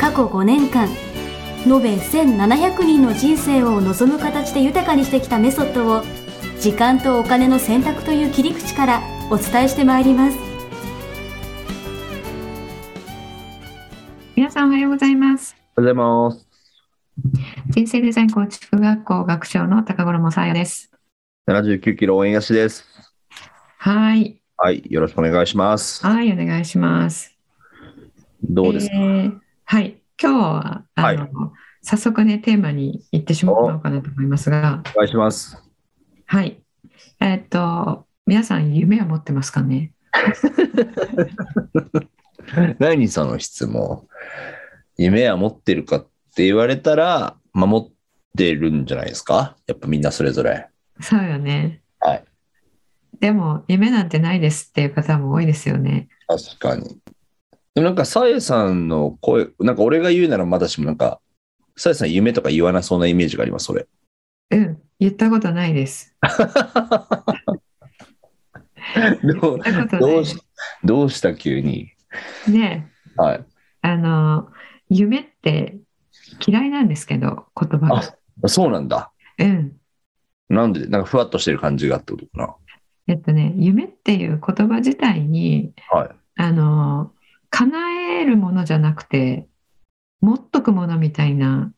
過去5年間延べ1700人の人生を望む形で豊かにしてきたメソッドを時間とお金の選択という切り口からお伝えしてまいります皆さんおはようございます。おはようございます。人生デザイン構築学校学長の高頃もさやです。 79キロ円安です。はい、はい、よろしくお願いします。はい、お願いします。どうですか、えーはい、今日はあの、は早速ねテーマに行ってしまおうかなと思いますが、お願いします。はい、えーっと皆さん夢は持ってますかね。何その質問。夢は持ってるかって言われたら、守ってるんじゃないですかやっぱみんなそれぞれ。そうよね。はい。でも夢なんてないですっていう方も多いですよね。確かに。でもなんか、さえさんの声、なんか俺が言うならまだしもなんか、さえさん夢とか言わなそうなイメージがあります、それ。うん、言ったことないです。 ど言ったうことない どでうすし。どうした急に。ねはい。あの夢って嫌いなんですけど言葉が。そうなんだ。うん。なんで、なんかふわっとしてる感じがってことかえっとね夢っていう言葉自体にな。はい。あの叶えるものじゃなくて持っとくものみたいな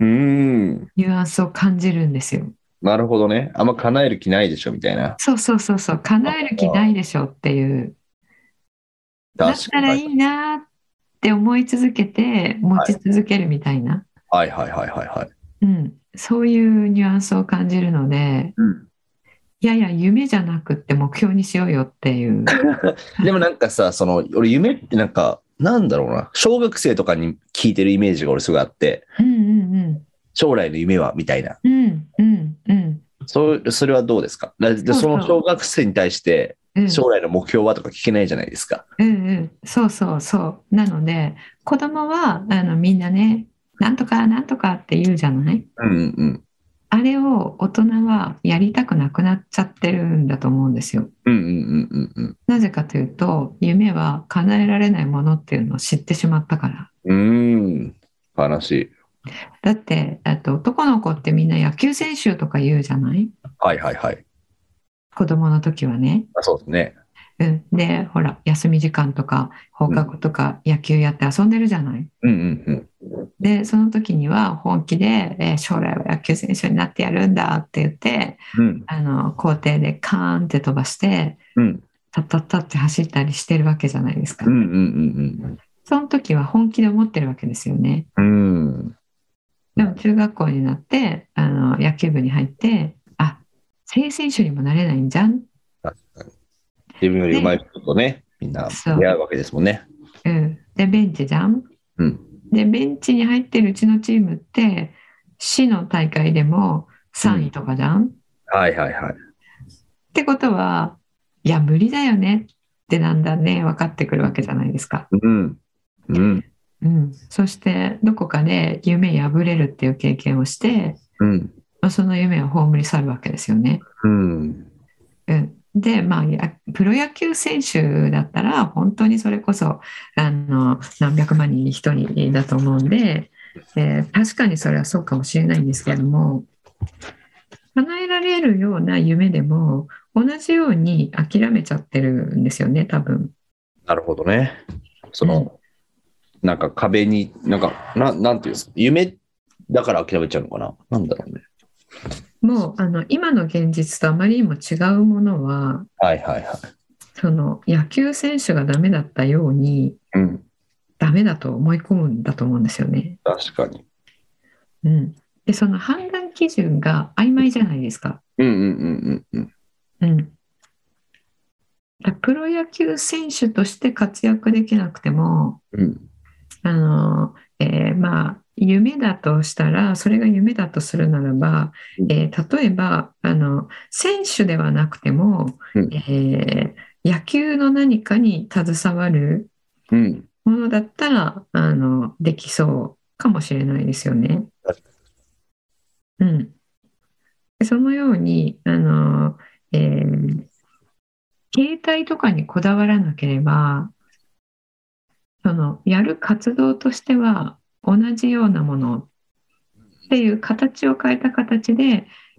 うーん。ニュアンスを感じるんですよ。なるほどね。あんま叶える気ないでしょ、みたいな。そうそうそうそう叶える気ないでしょっていう。だっ確たからいに。いなって思い続けて持ち続けるみたいな、はいはいはいはいはい。うん、そういうニュアンスを感じるのでいやいや、夢じゃなくって目標にしようよっていう。でもなんかさ、その、俺夢ってなんか、なんだろうな。小学生とかに聞いてるイメージが俺すごいあって、うんうん将来の夢は、みたいな。うん。うんうんうん。そう、それはどうですかだでそうその小学生に対して、うん将来の目標はとか聞けないじゃないですか。うんうん、そうそうそうなので子供はあのみんなねなんとかなんとかって言うじゃないうんうんうん。あれを大人はやりたくなくなっちゃってるんだと思うんですようんうんうんうんうん。なぜかというと夢は叶えられないものっていうのを知ってしまったからうーん。悲しい。だってあと男の子ってみんな野球選手とか言うじゃないはいはいはい。子供の時はねあそうですね。うん、でほら休み時間とか放課後とか野球やって遊んでるじゃない。うんうんうん。でその時には本気で、えー将来は野球選手になってやるんだって言ってうん。あの校庭でカーンって飛ばしてうん。タッタッタって走ったりしてるわけじゃないですか。うんうんその時は本気で思ってるわけですよね。うんうん。うん。でも中学校になってあの野球部に入ってあ正選手にもなれないんじゃん自分より上手い人とね、みんなそう出会うわけですもんね。うん、でベンチじゃん。うんでベンチに入ってるうちのチームって市の大会でも3位とかじゃん、っはいはいはい。てことはいや無理だよねってなんだんね分かってくるわけじゃないですか。うん。うん。うん、そしてどこかで夢破れるっていう経験をして、うん。まあ、その夢を葬り去るわけですよね。うん。うん、でまあやプロ野球選手だったら本当にそれこそあの何百万人に一人だと思うんで、えー確かにそれはそうかもしれないんですけども叶えられるような夢でも同じように諦めちゃってるんですよね多分。なるほどね。その、なんか壁に、なんか、ななんていうんですか、夢だから諦めちゃうのかな。なんだろうね。もうあの今の現実とあまりにも違うものははいはいはい。その野球選手がダメだったようにうん。ダメだと思い込むんだと思うんですよね。確かに。うん、でその判断基準が曖昧じゃないですか。うんうんうんうんううん。ん、だプロ野球選手として活躍できなくても、うん。あのえーまあ、夢だとしたら、それが夢だとするならば、うんえー例えばあの、選手ではなくても、うんえー野球の何かに携わるうん。ものだったらあのできそうかもしれないですよね。うん、でそのようにあの、えー携帯とかにこだわらなければそのやる活動としては同じようなものっていう形を変えた形で、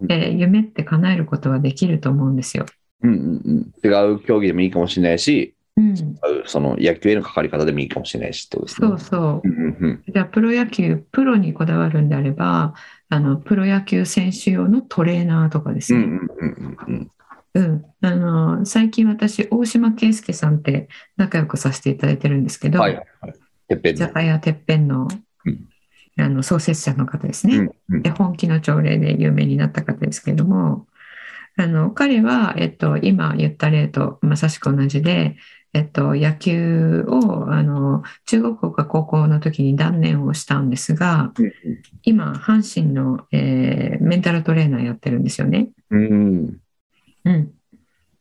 えー夢って叶えることはできると思うんですよ。うんうんうん。違う競技でもいいかもしれないし、うん、その野球への関わり方でもいいかもしれないしってことですね。そうそううんうんうん。じゃあプロ野球プロにこだわるんであればあのプロ野球選手用のトレーナーとかですうんうね、んうんうんうん。うんあの最近私大島圭介さんって仲良くさせていただいてるんですけど、はいはいはい。てっぺん居の。酒屋てっぺんの,、うんあの創設者の方ですね、うんうんで本気の朝礼で有名になった方ですけどもあの彼は、えっと、今言った例とまさしく同じで、えっと、野球をあの中国語か高校の時に断念をしたんですが今阪神の、えーメンタルトレーナーやってるんですよね。うんうんうん、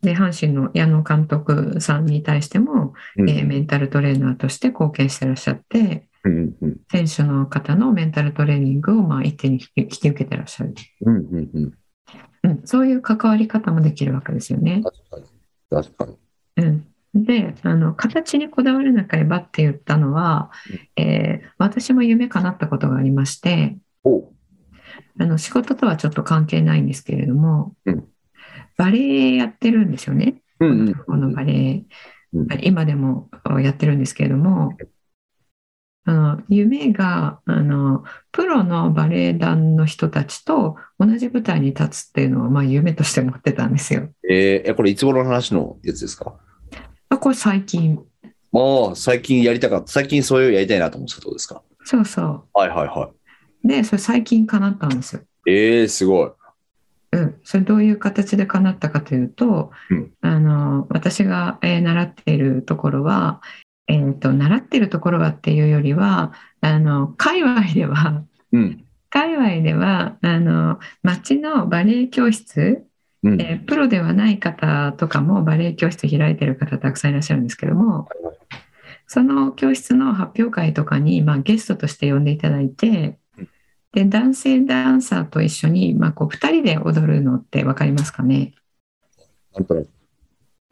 で阪神の矢野監督さんに対しても、うん。えーメンタルトレーナーとして貢献してらっしゃって。うんうん選手の方のメンタルトレーニングをまあ一手に引き受けてらっしゃる、うんうんうん。うん、そういう関わり方もできるわけですよね。確かに。確かに。うん、であの形にこだわらなければって言ったのは、えー私も夢叶ったことがありましておうあの仕事とはちょっと関係ないんですけれども、うんバレエやってるんですよね。うんうん。このバレエ、うん今でもやってるんですけれども、あの夢があのプロのバレエ団の人たちと同じ舞台に立つっていうのを、まあ、夢として持ってたんですよ。えー、えこれいつ頃の話のやつですかまあこれ最近ああ、最近やりたかった。最近そういうやりたいなと思ってたとこですかそうそはいはいはうでそれ最近叶ったんですよ。い。えー、すごい。うん、それどういう形で叶ったかというと、うんあの私が、えー習っているところは、えー、と習っているところはっていうよりはあの界隈ではうん。界隈ではあの町のバレエ教室、うん。えープロではない方とかもバレエ教室開いてる方たくさんいらっしゃるんですけどもその教室の発表会とかに、まあ、ゲストとして呼んでいただいてうんで男性ダンサーと一緒に、まあ、こう2人で踊るのって分かりますかねなんとなく。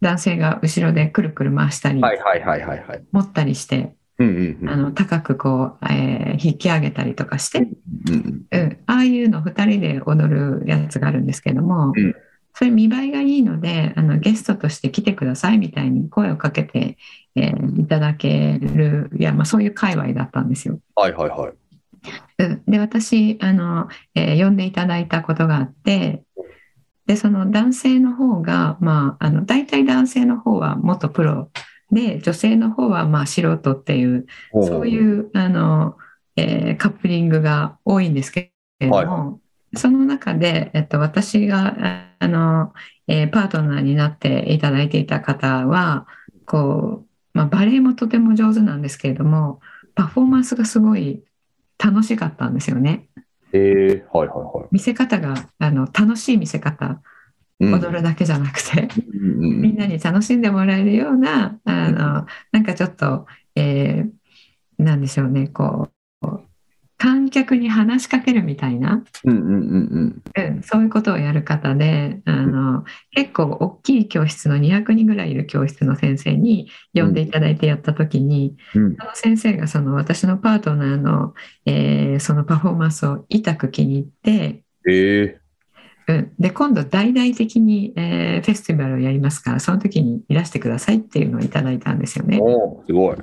男性が後ろでくるくる回したり、はいはいはいはいはい。持ったりしてうんうんうん。あの高くこう、えー引き上げたりとかしてうんうんうん、ああいうの2人で踊るやつがあるんですけども、うんそれ見栄えがいいのであのゲストとして来てくださいみたいに声をかけて、えーいただけるいや、まあ、そういう界隈だったんですよ。はいはいはい。うんで私あの、えー呼んでいただいたことがあってでその男性の方が、まあ、あの大体男性の方は元プロで女性の方はまあ素人っていうそうう。いうあの、えーカップリングが多いんですけれども、はいその中で、えっと、私がああの、えーパートナーになっていただいていた方はこう、まあ、バレエもとても上手なんですけれどもパフォーマンスがすごい楽しかったんですよね。えー、はいはいはい。見せ方があの楽しい見せ方うん踊るだけじゃなくて、うんうんうみんん。なに楽しんでもらえるようなあのなんかちょっと、えーなんでしょうねこう観客に話しかけるみたいな、うんうんうんうん、そういうことをやる方であの結構大きい教室の200人ぐらいいる教室の先生に呼んでいただいてやった時に、うん。うんその先生がその私のパートナーの、えーそのパフォーマンスを痛く気に入って。えー、うん、で今度大々的に、えーフェスティバルをやりますからその時にいらしてくださいっていうのをいただいたんですよね。おーすごい。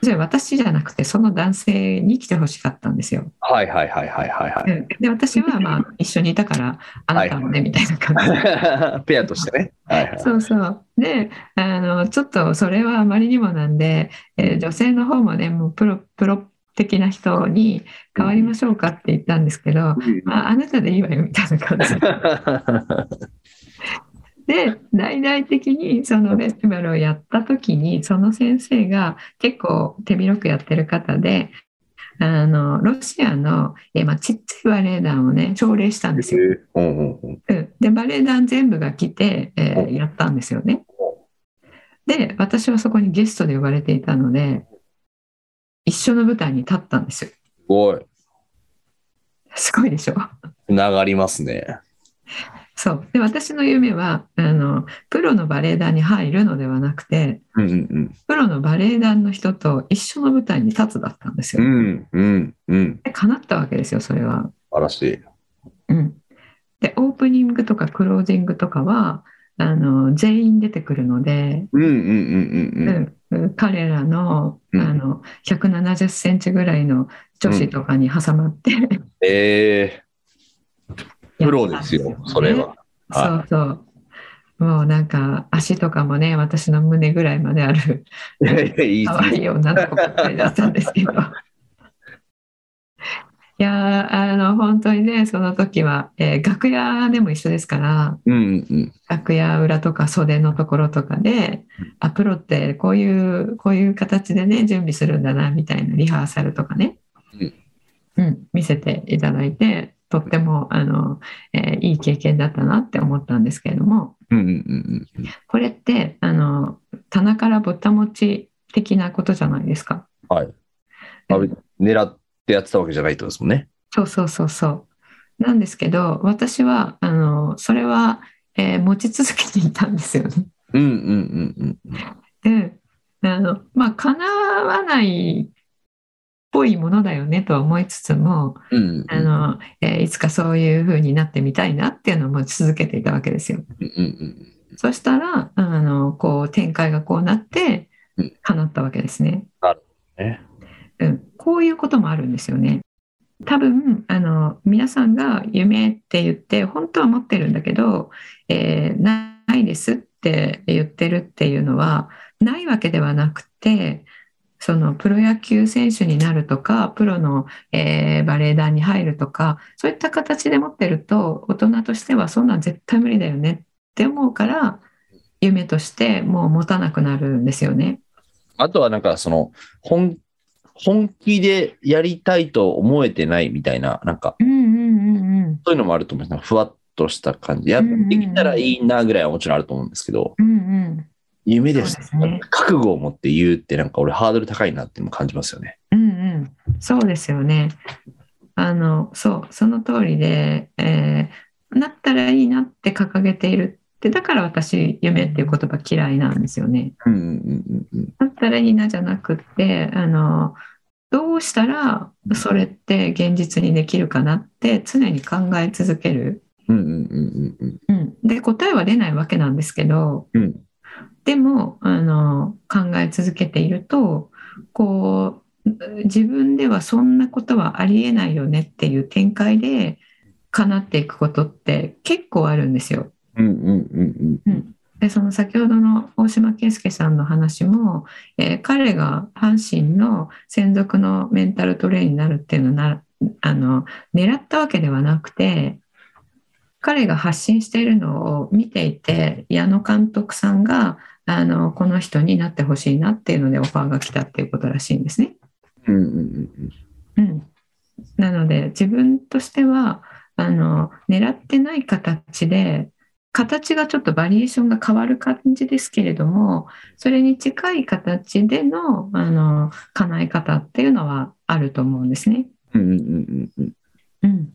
それ私じゃなくてその男性に来てほしかったんですよ。はいはいはいはいはいはうい。ん、で私はまあ一緒にいたからあなたもねみたいな感じで。 ペアとしてね。はいはい。そうそうであのちょっとそれはあまりにもなんで、えー女性の方もねもうプロプロ的な人に変わりましょうかって言ったんですけど、まあ、あなたでいいわよみたいな感じでで大々的にそのフェスティバルをやった時にその先生が結構手広くやってる方であのロシアの、えまあ、ちっちゃいバレエ団をね奨励したんですよ。うんうんうん。うんでバレエ団全部が来て、えーうんやったんですよね。で私はそこにゲストで呼ばれていたので一緒の舞台に立ったんですよ。すごい。すごいでしょつながりますね。そうで私の夢はあのプロのバレエ団に入るのではなくてうんうんプロのバレエ団の人と一緒の舞台に立つだったんですうよ。ん。うんうんうん。で叶ったわけですよそれは。素晴らしい。うん、でオープニングとかクロージングとかはあの全員出てくるので、うんうんうんうんうん。うん彼らの,、うんあの170センチぐらいの女子とかに挟まって、ええプロですやっよたん、それは。そはうそうもうなんか足とかもね私の胸ぐらいまであるい。いやいや、いい可愛でい女の子ばっかりだったんですけど。いやーあの本当にねその時は、えー楽屋でも一緒ですから、す。うんうん。楽屋裏とか袖のところとかで、あプロってこういうこういう形でね準備するんだなみたいなリハーサルとかね、うんうん見せていただいてとってもあの、えーいい経験だったなって思ったんですけれどもうんうんうんうん。これってあの棚からぼった持ち的なことじゃないですか。はい。あ狙ってやってたわけじゃないってことですもんね。そうそうそうそう。なんですけど私はあのそれは、えー持ち続けていたんですよね。うんうんうんうん。 であのまあ叶わないっぽいものだよねとは思いつつもうんうんあの、えーいつかそういう風になってみたいなっていうのを持ち続けていたわけですよ。うんうんそしたらあのこう展開がこうなってうん叶ったわけですね。なるほどねうん、こういうこともあるんですよね。多分あの皆さんが夢って言って本当は持ってるんだけど、えーないですって言ってるっていうのはないわけではなくてそのプロ野球選手になるとかプロの、えーバレエ団に入るとかそういった形で持ってると大人としてはそんなん絶対無理だよねって思うから夢としてもう持たなくなるんですよね。あとはなんかその本本気でやりたいと思えてないみたいな、なんかうんうんうんうんそういうのもあると思うんですねふわっとした感じ。やってきたらいいなぐらいはもちろんあると思うんですけど、うんうん夢ですそうですね覚悟を持って言うってなんか俺ハードル高いなっても感じますよね。うんうん、そうですよね。あの、そう、その通りで、えーなったらいいなって掲げているって、だから私、夢っていう言葉嫌いなんですよね。うんうんうんうんなったらいいなじゃなくって、あの、どうしたらそれって現実にできるかなって常に考え続ける。うんうんうんうんうん、で、答えは出ないわけなんですけど、うんうんでもあの考え続けているとこう自分ではそんなことはありえないよねっていう展開で叶っていくことって結構あるんですよ。うんうんうんでその先ほどの大島圭介さんの話も、えー彼が阪神の専属のメンタルトレーになるっていうのはなあの狙ったわけではなくて彼が発信しているのを見ていて矢野監督さんがあのこの人になってほしいなっていうのでオファーが来たっていうことらしいんですね。うんうんうんうん、なので自分としてはあの狙ってない形で形がちょっとバリエーションが変わる感じですけれどもそれに近い形でのあの叶え方っていうのはあると思うんですね。うんうんうんうんうん、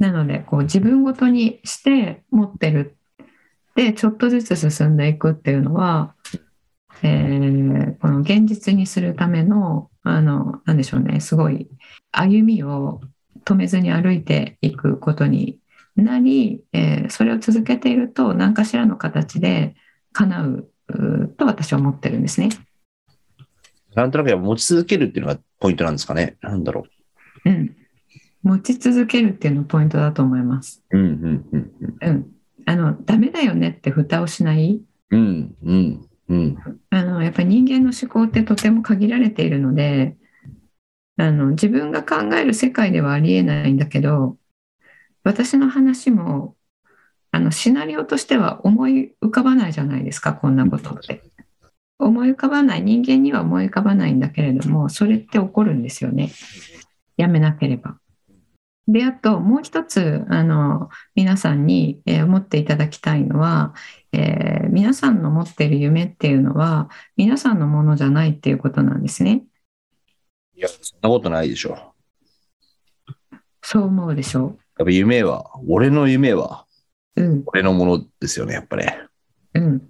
なのでこう自分ごとにして持ってるでちょっとずつ進んでいくっていうのは、えーこの現実にするためのあのなんでしょうねすごい歩みを止めずに歩いていくことになり、えーそれを続けていると何かしらの形で叶ううーと私は思ってるんですね。なんとなくやっぱ持ち続けるっていうのがポイントなんですかね。なんだろうん、持ち続けるっていうのがポイントだと思います。う。うんうんうんうんうん、あのダメだよねって蓋をしないうんうんうんあのやっぱり人間の思考ってとても限られているのであの自分が考える世界ではありえないんだけど私の話もあのシナリオとしては思い浮かばないじゃないですかこんなことって。思い浮かばない人間には思い浮かばないんだけれどもそれって起こるんですよね。やめなければ。で、あともう一つ、あの、皆さんに、えー思っていただきたいのは、えー皆さんの持っている夢っていうのは、皆さんのものじゃないっていうことなんですね。いや、そんなことないでしょ。そう思うでしょやっぱ夢は、俺の夢は、う。うん。俺のものですよね、やっぱね。うん。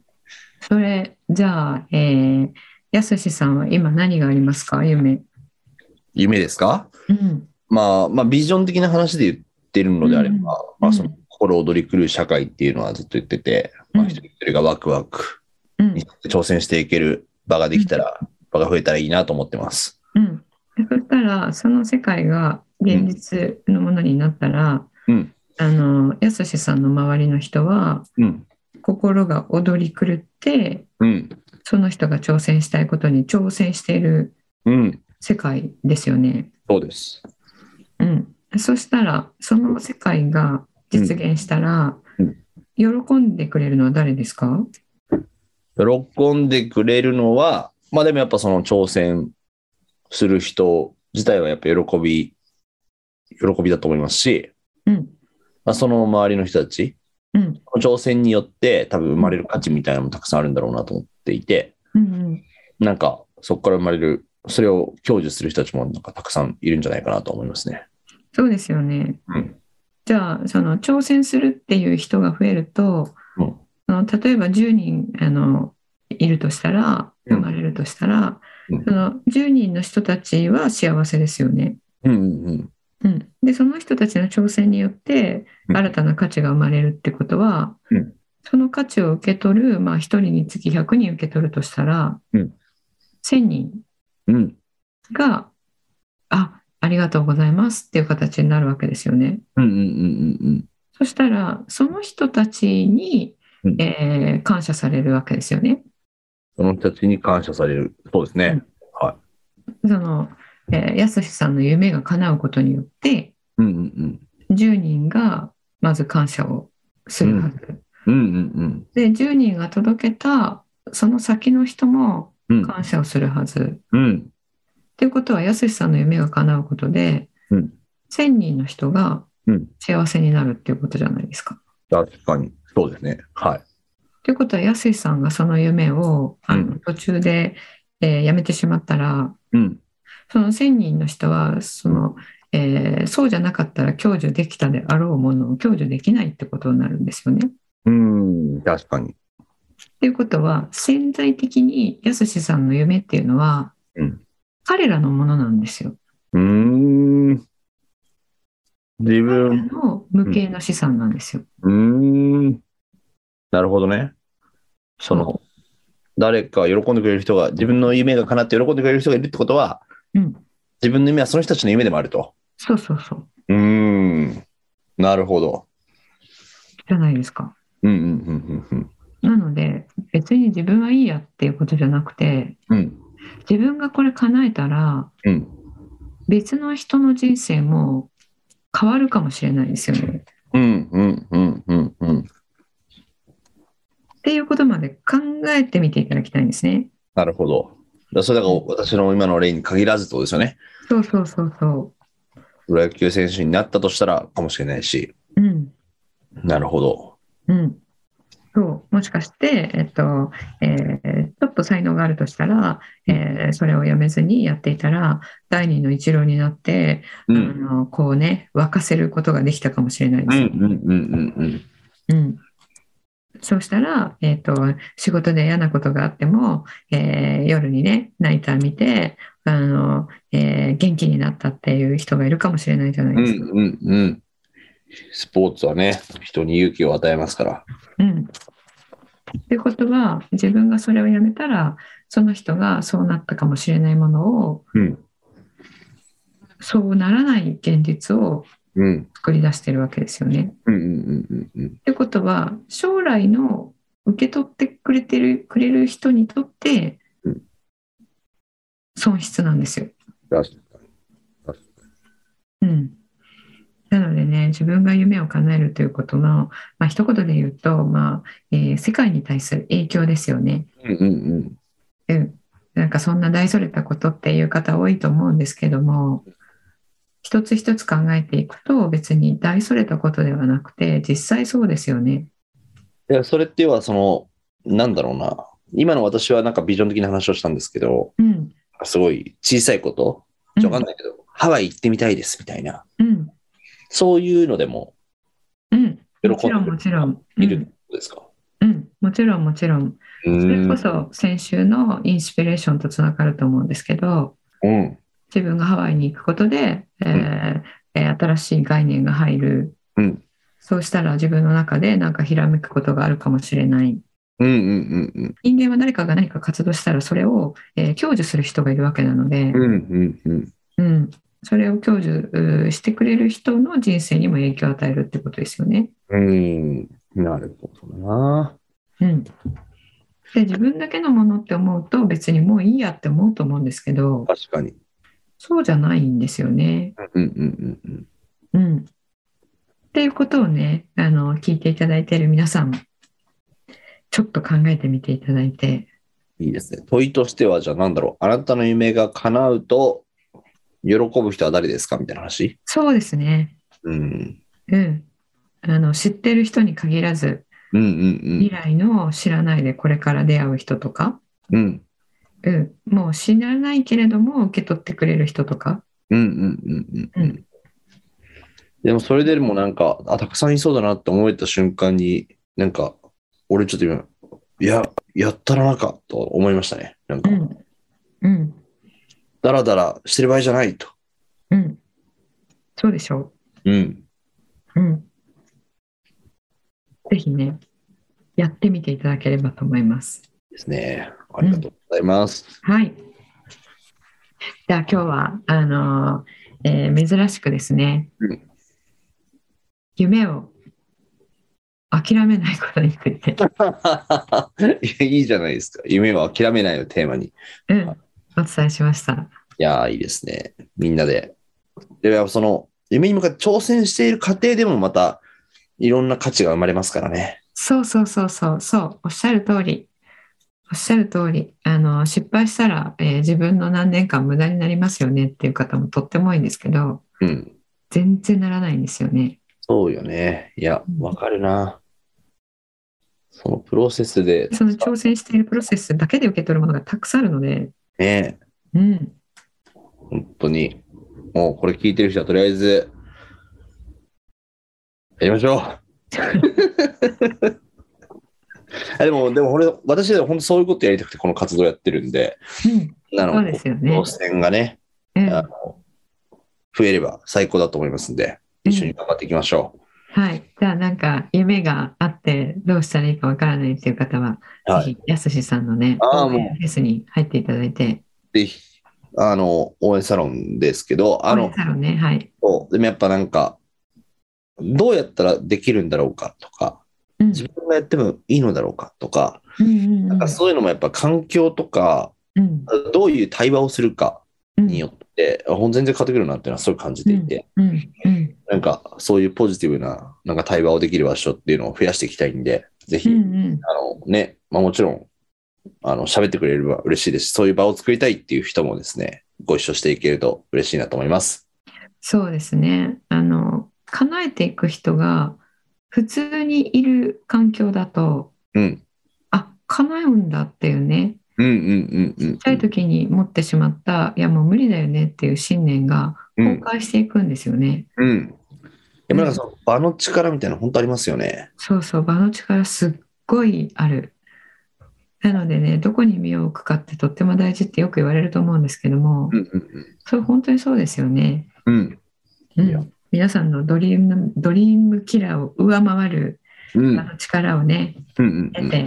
それ、じゃあ、えー、やすしさんは今何がありますか夢。夢ですかうん。まあ、まあ、ビジョン的な話で言ってるのであれば、うんまあ、その心躍り狂う社会っていうのはずっと言ってて、まあ、うん一人一人がワクワクうんに。挑戦していける場ができたら、場が増えたらいいなと思ってます。うん。そしたら、その世界が現実のものになったら、うん。あの、やすしさんの周りの人は、うん。心が踊り狂って、うん。その人が挑戦したいことに挑戦しているうん。世界ですよね。そうです。うん。そしたら、その世界が実現したら、うん喜んでくれるのは誰ですか喜んでくれるのは、まあでもやっぱその挑戦する人自体はやっぱ喜び、喜びだと思いますし、うん。まあ、その周りの人たち、うん。挑戦によって多分生まれる価値みたいなのもたくさんあるんだろうなと思っていて、うんうん。なんかそこから生まれる、それを享受する人たちもなんかたくさんいるんじゃないかなと思いますね。そうですよね。うん。じゃあ、その挑戦するっていう人が増えると、うん。その例えば10人あのいるとしたらうん生まれるとしたら、うんその10人の人たちは幸せですよね。うんうんうん、でその人たちの挑戦によってうん新たな価値が生まれるってことは、うんその価値を受け取る、まあ、1人につき100人受け取るとしたら、うん1000人うん。うん。があありがとうございますっていう形になるわけですよね。うんうんうんうんうん。そしたらその人たちに、うんえー感謝されるわけですよね。その人たちに感謝される。そうですね。その、えー、やすしさんの夢が叶うことによって、うんうん10人がまず感謝をするはず。うん。うんうんで、10人が届けたその先の人もうん。感謝をするはず。うん。うん。ということは、やすしさんの夢が叶うことで、うん1000人の人がうん幸せになるっていうことじゃないですか。確かに。そうですね。はい。ということは、やすしさんがその夢をあうの途中で、えーやめてしまったら、うん。その1000人の人はその、えーそうじゃなかったら享受できたであろうものを享受できないってことになるんですよね。うん。確かに。ということは潜在的にやすしさんの夢っていうのは、うん彼らのものなんですよ。うーん。彼自ら分、の無形の資産なんですよ。うーん。なるほどね。その、誰か喜んでくれる人が、自分の夢が叶って喜んでくれる人がいるってことは、うん、自分の夢はその人たちの夢でもあると。そうそうそううーん。なるほど。じゃないですか。うんうんうんうんなので別に自分はいいやっていうことじゃなくてうん。うん自分がこれ叶えたらうん。別の人の人生も変わるかもしれないですよね。うんうんうんうんうん。っていうことまで考えてみていただきたいんですね。なるほど。だそれだから私の今の例に限らずってことですよね。そうそうそうそプロ野球選手になったとしたらかもしれないし。う。うん。なるほど。うん。そう。もしかして、えっと、えーちょっと才能があるとしたら、えーそれをやめずにやっていたら、第二の一郎になって、うあん。の、こうね、沸かせることができたかもしれないでうんすうんよ。うんうんうん。うん。そうしたら、えっと仕事で嫌なことがあっても、えー夜にねナイター見てあの、えー元気になったっていう人がいるかもしれないじゃないうでんすか。うんうん。スポーツはね、人に勇気を与えますから。うんということは自分がそれをやめたらその人がそうなったかもしれないものをうん。そうならない現実をうん。作り出してるわけですよね。うんうんうんうんうん。ということは将来の受け取ってくれてるくれる人にとってうん損失なんですよ。確かに。うん、なのでね自分が夢を叶えるということの、まあ一言で言うと、まあえー世界に対する影響ですよね。うんうんうん。うん、なんかそんな大それたことっていう方多いと思うんですけども一つ一つ考えていくと別に大それたことではなくて実際そうですよね。いや、それっていうのは、その、なんだろうな。今の私はなんかビジョン的な話をしたんですけど、うん、すごい小さいこと、ちょわかんないけど、ハワイ行ってみたいですみたいな、うん、そういうのでもうん、喜んでもるちろんもちろん、ういるってんことですか、うん、もちろんもちろんうそれんこそ先週のインスピレーションとつながると思うんですけどうん。自分がハワイに行くことで、えーえー新しい概念が入る、うんそうしたら自分の中でなんかひらめくことがあるかもしれないうんうんうん人間は誰かが何か活動したらそれを、えー享受する人がいるわけなので、うん。うんうんうん。うん、それを享受うーしてくれる人の人生にも影響を与えるってことですよね。うん。なるほどな。うん、で自分だけのものって思うと別にもういいやって思うと思うんですけど確かに。そうじゃないんですよね。うんうんうんうん。うん、っていうことをねあの聞いていただいている皆さんもちょっと考えてみていただいていいですね。問いとしては、じゃあなんだろう。あなたの夢が叶うと、喜ぶ人は誰ですかみたいな話そうですね、うん。うん、あの知ってる人に限らずうんう未ん来の知らないでこれから出会う人とか、うん。うん。うん、もう知らないけれども受け取ってくれる人とか、うんうんうんうんう。うんでもそれでもなんか、あ、たくさんいそうだなって思えた瞬間に、なんか、俺ちょっと今、いや、やったらなんか、と思いましたね。なんか、んうんだらだらしてる場合じゃないと。うん、そうでしょうん。う、うん、ぜひねやってみていただければと思います。ですね。ありがとうございます。はい。じゃあ今日はあのー、えー珍しくですね、うん夢を諦めないことについて、 いやいいじゃないですか。夢は諦めないをテーマに。いうん、お伝えしました。やー、いいですね。みんなで。でやっぱその、夢に向かって挑戦している過程でもまた、いろんな価値が生まれますからね。そうそうそうそうそうおっしゃる通りおっしゃる通りあの失敗したら、えー自分の何年間無駄になりますよねっていう方もとっても多いんですけどうん。全然ならないんですよね。そうよね。いやう、んわかるな。そのプロセスで、その挑戦しているプロセスだけで受け取るものがたくさんあるので、ね、うん、本当に、もうこれ聞いてる人はとりあえず、やりましょう。 あでも、でも、俺、私は本当そういうことやりたくて、この活動やってるんで、うん、なのそうですよね挑戦がね、うんあの、増えれば最高だと思いますんで、一緒に頑張っていきましょう。はい。じゃあなんか夢があってどうしたらいいかわからないっていう方は、はいぜひやすしさんのね、あー応援もフェスに入っていただいて、ぜひ、あの、応援サロンですけど、あ応の援、サロンね、はい。そうでもやっぱなんか、どうやったらできるんだろうかとか、うん、自分がやってもいいのだろうかとか、うんうんうんなんかそういうのもやっぱ環境とか、うんどういう対話をするかうんによって、ほん全然変わってくるなっていうのはすごい感じていて、うんうんなんかそういうポジティブななんか対話をできる場所っていうのを増やしていきたいんで、ぜひ、うんうんあのね、まあ、もちろん、あの喋ってくれれば嬉しいですし、そういう場を作りたいっていう人もですね、ご一緒していけると嬉しいなと思います。そうですね。あの、叶えていく人が普通にいる環境だと、うん。あ、叶うんだっていうね、うんうんうんうん。ちっちゃい時に持ってしまった、いやもう無理だよねっていう信念がうん崩壊していくんですよね。うん。でもなんかその場の力みたいなの本当ありますよね。そうそう、場の力すっごいある。なのでね、どこに身を置くかってとっても大事ってよく言われると思うんですけども、うんうんそれ本当にそうですよね。うん。うんいや皆さんのドリーム、ドリームキラーを上回るうんう場んの力をね、うんう得ん。て、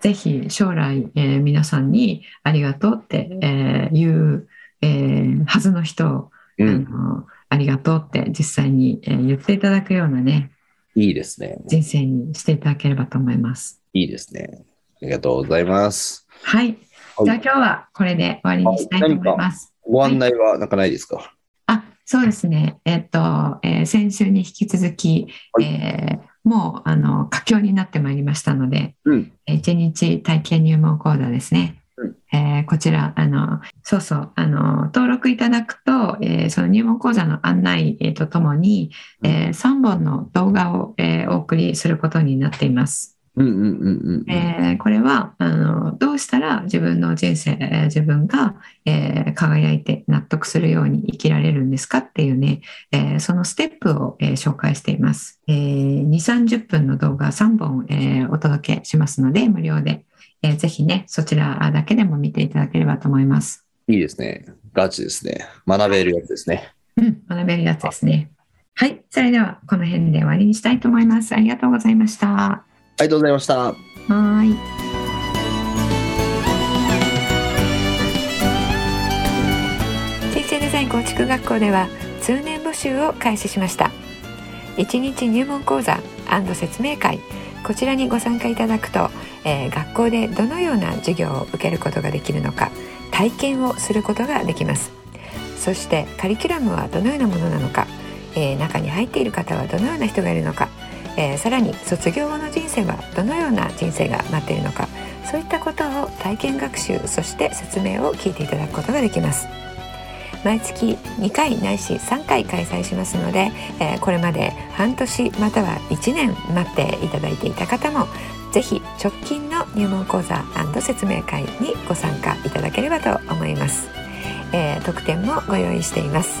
ぜひ将来、えー皆さんにありがとうって、えー言う、えーはずの人を、あうん、のありがとうって実際に、えー言っていただくようなね、いいですね。人生にしていただければと思います。いいですね。ありがとうございます。はい。はいじゃあ今日はこれで終わりにしたいと思います。ご案内はなんかないですか、あ、そうですね。えっ、と、えー先週に引き続き、はいえーもうあの佳境になってまいりましたので、うん。えー一日体験入門講座ですね。えーこちらあのそうそうあの登録いただくと、えーその入門講座の案内、えーとともに、え3本の動画を、えーお送りすることになっています。うんうんうんうん。えーこれはあのどうしたら自分の人生、えー自分が、えー輝いて納得するように生きられるんですかっていうね、えーそのステップを、えー紹介しています、え2 3 0分の動画3本、えーお届けしますので無料で、えーぜひねそちらだけでも見ていただければと思いますいいですね。ガチですね。学べるやつですね。うん学べるやつですねはいそれではこの辺で終わりにしたいと思いますありがとうございましたはありがとうございました。ーい人生デザイン構築学校では通年募集を開始しました1日入門講座説明会こちらにご参加いただくと、えー学校でどのような授業を受けることができるのか体験をすることができますそしてカリキュラムはどのようなものなのか、えー中に入っている方はどのような人がいるのか、えーさらに卒業後の人生はどのような人生が待っているのかそういったことを体験学習そして説明を聞いていただくことができます毎月2回ないし3回開催しますので、えーこれまで半年または1年待っていただいていた方もぜひ直近の入門講座説明会にご参加いただければと思います、えー特典もご用意しています、